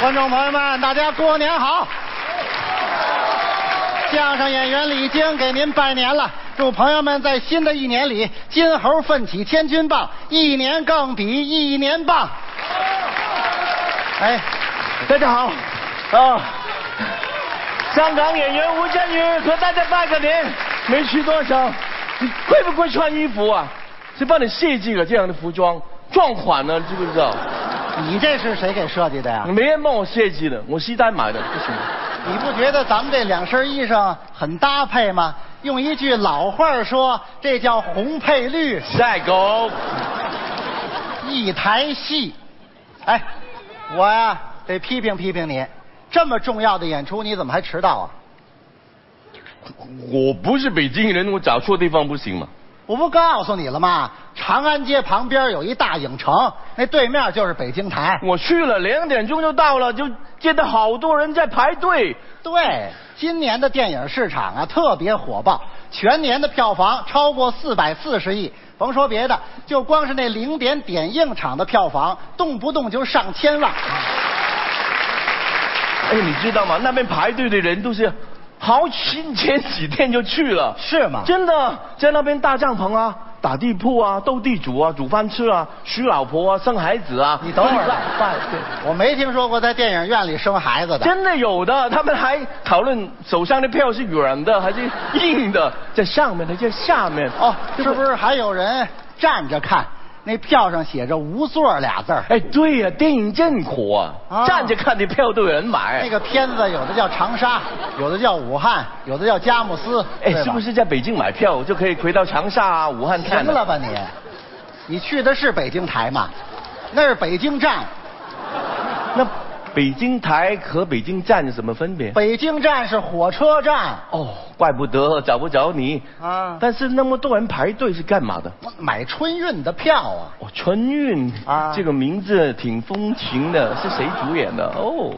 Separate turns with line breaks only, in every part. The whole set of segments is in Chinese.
观众朋友们，大家过年好！相声演员李菁给您拜年了，祝朋友们在新的一年里金猴奋起千钧棒，一年更比一年棒。哎，
大家好，啊、香港演员吴镇宇和大家拜个年，没去多少，你会不会穿衣服啊？谁帮你设计的这样的服装？撞款呢，你知不知道？
你这是谁给设计的呀？
没人帮我设计的，我西单买的，不行。
你不觉得咱们这两身衣裳很搭配吗？用一句老话说，这叫红配绿，
赛狗，
一台戏。哎，我呀、得批评批评你，这么重要的演出你怎么还迟到啊？
我不是北京人，我找错地方不行吗？
我不告诉你了吗？长安街旁边有一大影城，那对面就是北京台。
我去了，两点钟就到了，就见到好多人在排队。
对，今年的电影市场啊特别火爆，全年的票房超过四百四十亿。甭说别的，就光是那零点点映场的票房，动不动就上千万。
哎，你知道吗？那边排队的人都是好几前几天就去了，
是吗
真的，在那边搭帐篷啊，打地铺啊，斗地主啊，煮饭吃啊，娶老婆啊，生孩子啊。
你等会儿吧
办 办对
我没听说过在电影院里生孩子的。
真的有的，他们还讨论手上的票是软的还是硬的， 在上面的，在下面。
哦，是不是还有人站着看？那票上写着“无座”俩字儿。
哎，对呀、电影真火啊，
啊
站着看的票都有人买。
那个片子有的叫长沙，有的叫武汉，有的叫佳木斯，对吧
哎，是不是在北京买票就可以回到长沙、啊、武汉看、
行了？吧你？你去的是北京台吗？那是北京站，
那北京台和北京站有什么分别？
北京站是火车站，
哦，怪不得找不着你
啊
但是那么多人排队是干嘛的？
买春运的票啊。
哦，春运
啊
这个名字挺风情的，是谁主演的？哦，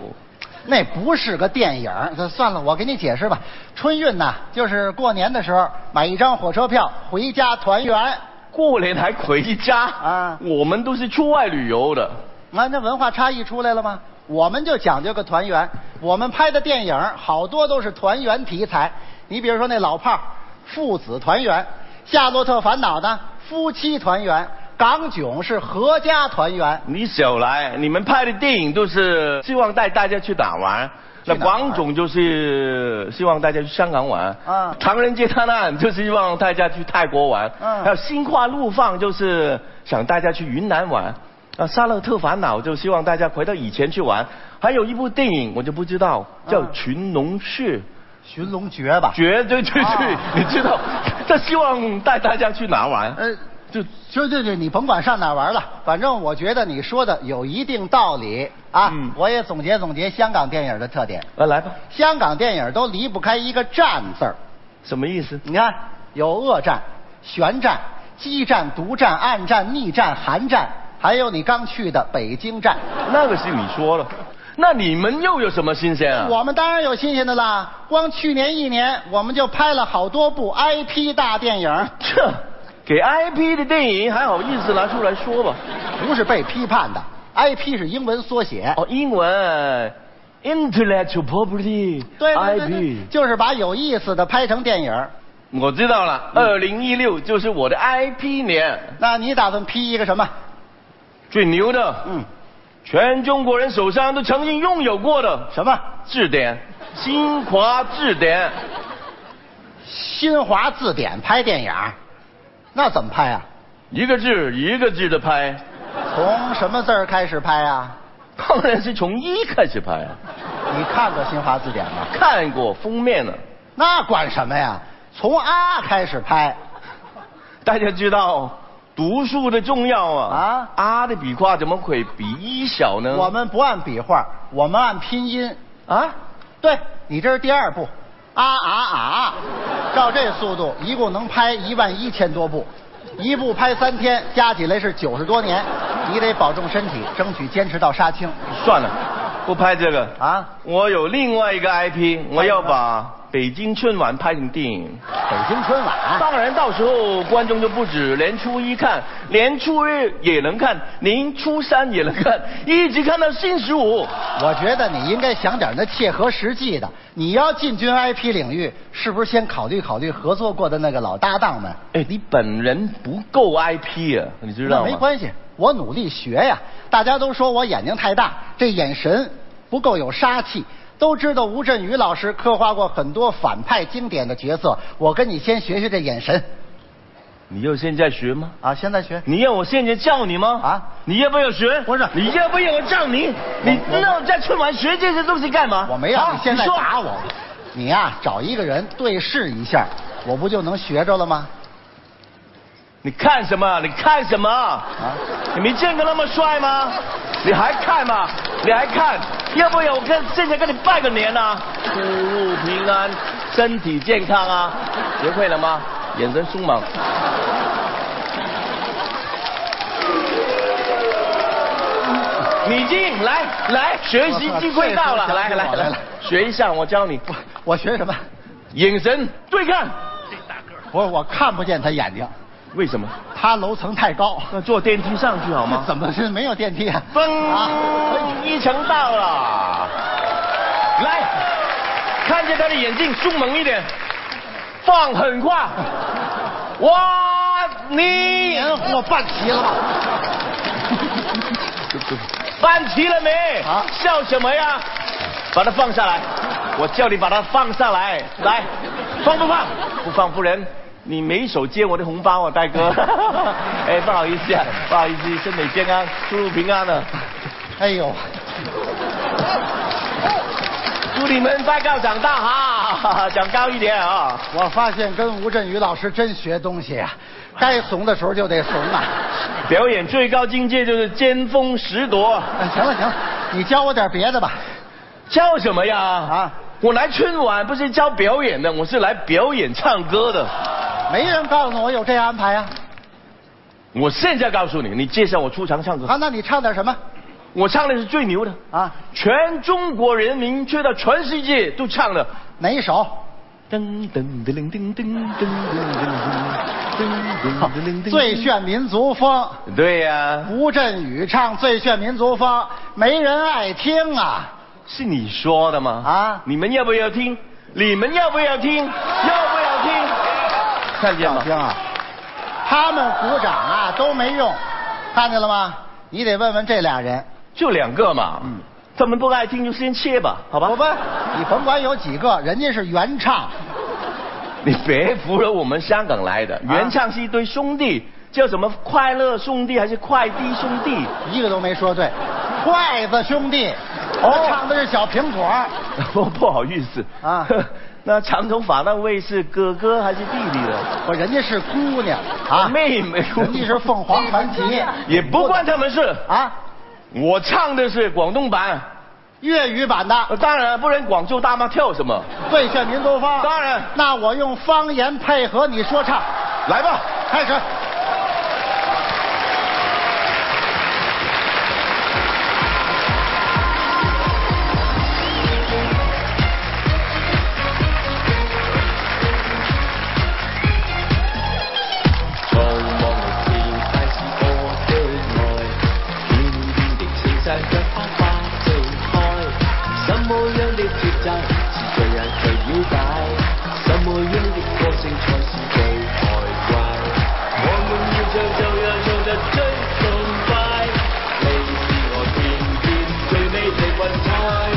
那不是个电影儿，那算了，我给你解释吧。春运呐，就是过年的时候买一张火车票回家团圆，
过年还回家
啊
我们都是出外旅游的。
啊，那文化差异出来了吗？我们就讲究个团圆，我们拍的电影好多都是团圆题材。你比如说那老炮儿父子团圆，《夏洛特烦恼》呢夫妻团圆，港囧是合家团圆。
你少来，你们拍的电影都是希望带大家去哪玩？
去哪
那
玩
广总就是希望大家去香港玩，
嗯
唐人街探案就是希望大家去泰国玩，
嗯
还有心花怒放就是想大家去云南玩，啊，沙勒特烦恼就希望大家回到以前去玩，还有一部电影我就不知道叫
嗯
《群龙士》，
寻龙诀吧，
绝对对对，
啊
你知道，他希望带大家去哪玩？
呃，
就
就对对，你甭管上哪儿玩了，反正我觉得你说的有一定道理啊。
嗯
我也总结总结香港电影的特点，
啊，来吧，
香港电影都离不开一个“战”字儿。
什么意思？
你看，有恶战、悬战、激战、独战、暗战、逆战、韩战，还有你刚去的北京站。
那个是你说了，那你们又有什么新鲜啊？
我们当然有新鲜的啦，光去年一年我们就拍了好多部 IP 大电影，
这给 IP 的电影还好意思拿出来说吧？
不是被批判的。IP 是英文缩写，
哦，英文 intellectual property
对对对对
IP，，
就是把有意思的拍成电影。
我知道了，
嗯
二零一六就是我的 IP 年，
那你打算批一个什么？
最牛的，
嗯，
全中国人手上都曾经拥有过的
什么？
字典，新华字典。
新华字典拍电影？那怎么拍啊？
一个字一个字的拍，
从什么字儿开始拍啊？
当然是从一开始拍啊。
你看过新华字典吗？
看过封面了，
那管什么呀？从啊开始拍，
大家知道读书的重要啊
啊！
啊的笔画怎么会比一小呢？
我们不按笔画，我们按拼音。
嗯啊，
对你这是第二部，啊啊啊啊！照这速度，一共能拍一万一千多部，一部拍三天，加起来是九十多年。你得保重身体，争取坚持到杀青
算了，不拍这个啊！
啊！
我有另外一个 IP，我要把北京春晚拍成电影。
北京春晚，
当然，到时候观众就不止连初一看，连初二也能看，您初三也能看，一直看到新十五。
我觉得你应该想点那切合实际的。你要进军 IP 领域，是不是先考虑考虑合作过的那个老搭档们？
哎，你本人不够 IP 啊，你知道
那
吗？
没关系，我努力学呀。大家都说我眼睛太大，这眼神不够有杀气。都知道吴镇宇老师刻画过很多反派经典的角色，我跟你先学学这眼神
你要现在学吗？
啊！现在学，
你要我现在叫你吗？
啊
你要不要学？
不是
你要不要我叫你？你
我
那我在春晚学这些东西干嘛？
我没让
啊
你现在
说
打我，你呀、找一个人对视一下，我不就能学着了吗？
你看什么？你看什么？
啊，
你没见过那么帅吗？你还看吗？你还看？要不要我跟现在跟你拜个年啊？出入平安，身体健康啊！学会了吗？眼神凶猛。你进来来，学习机会到了，来来来，学一下，我教你，
我学什么？
眼神对看。
不是，我看不见他眼睛，
为什么？
他楼层太高，
那坐电梯上去好吗？
怎么是没有电梯啊？
嘣、
啊！哎呦
一层到了，来，看见他的眼睛，凶猛一点，放狠话，哇，你
年货办齐了吧？
办齐了没？
啊
笑什么呀？把它放下来，我叫你把它放下来，来，放不放？不放，不然你没手接我的红包啊，大 哥。哎，不好意思啊，不好意思，身体健康，出入平安啊。
哎呦，
祝你们拜告长大哈，长高一点啊！
我发现跟吴镇宇老师真学东西啊，该怂的时候就得怂 啊。
表演最高境界就是尖峰十夺，
哎行了行了，你教我点别的吧。
教什么呀？
啊
啊，我来春晚不是教表演的，我是来表演唱歌的。
没人告诉我有这安排啊。
我现在告诉你，你介绍我出场唱歌，
啊，那你唱点什么？
我唱的是最牛的
啊
啊！全中国人民吹到全世界都唱了。
哪一首？
噔噔噔噔噔噔噔噔噔噔噔噔噔噔。
最炫民族风，
对呀、
吴镇宇唱最炫民族风，没人爱听啊。
是你说的吗？
啊
啊，你们要不要听？你们要不要听？要不要听？看见
好
吗？
听啊！他们鼓掌啊都没用，看见了吗？你得问问这俩人。
就两个嘛。
嗯
他们不爱听就先切吧，好吧？
我问你，甭管有几个，人家是原唱，
你别服了，我们香港来的，
啊
原唱是一对兄弟，叫什么快乐兄弟还是快递兄弟？
一个都没说对。筷子兄弟，
哦
我唱的是小苹果。
我不好意思
啊
啊。 那长头发那位是哥哥还是弟弟的？
我人家是姑娘啊，
妹 妹
人家是凤凰传奇，
也不关他们事。
啊，
我唱的是广东版，
粤语版
呃
的
当然不然广州大妈跳什么？
最炫民族风。
当然
那我用方言配合你说唱，
来吧。
开始。
在望路是大是我的爱，遠遠地青山腳下花正開，什麼樣的節奏是最讓最了解，什麼樣的歌聲才是最開懷。我們要唱就讓唱得最痛快，你是我偏偏最美的雲彩，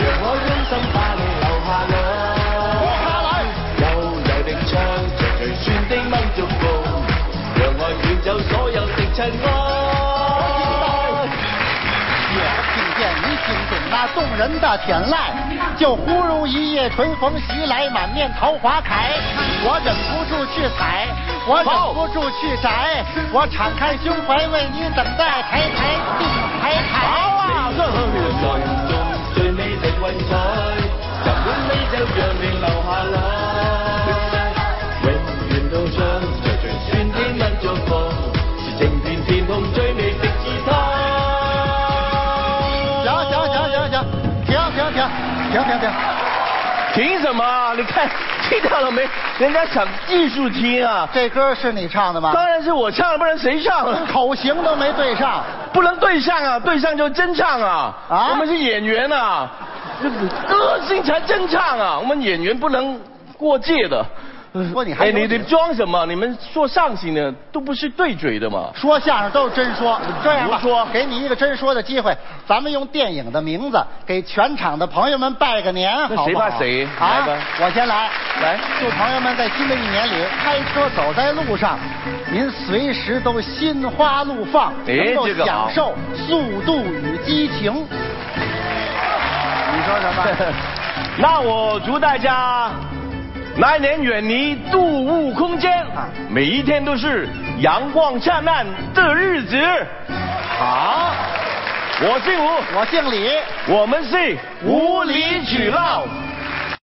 讓我真心把你留下來。悠悠的唱着隨旋的蚊逐步，讓愛捲走所有的塵埃。
也听见你听懂那动人的天籁，就忽如一夜春风袭来，满面桃花开。我忍不住去采，我忍不住去摘，我敞开胸怀为你等待，抬抬地抬抬。好啊
你是我心中最美的雲彩，儘管你就讓你留下來。永遠都唱着隨旋的蚊逐步，是整片天空最美的姿態。
行行行行行，停停停停停停，
凭什么啊？你看听到了没？人家想艺术厅啊，
这歌是你唱的吗？
当然是我唱了，不然谁唱啊？
口型都没对上，
不能对上啊，对上就真唱啊。
啊
我们是演员啊，歌星才真唱啊，我们演员不能过界的。
说你还
哎，你
有
你
点
装什么？你们说相声的都不是对嘴的嘛。
说相声都是真说，这样吧，
胡说
给你一个真说的机会，咱们用电影的名字给全场的朋友们拜个年，好不
那
好？
谁怕谁
啊
来吧！
我先来，
来
祝朋友们在新的一年里开车走在路上，您随时都心花怒放，
哎
能够
这个
享
好
受速度与激情。你说什么？
那我祝大家来年远离度物空间，每一天都是阳光灿烂的日子。啊
好，
我姓吴，
我姓李。
我们是无理取闹。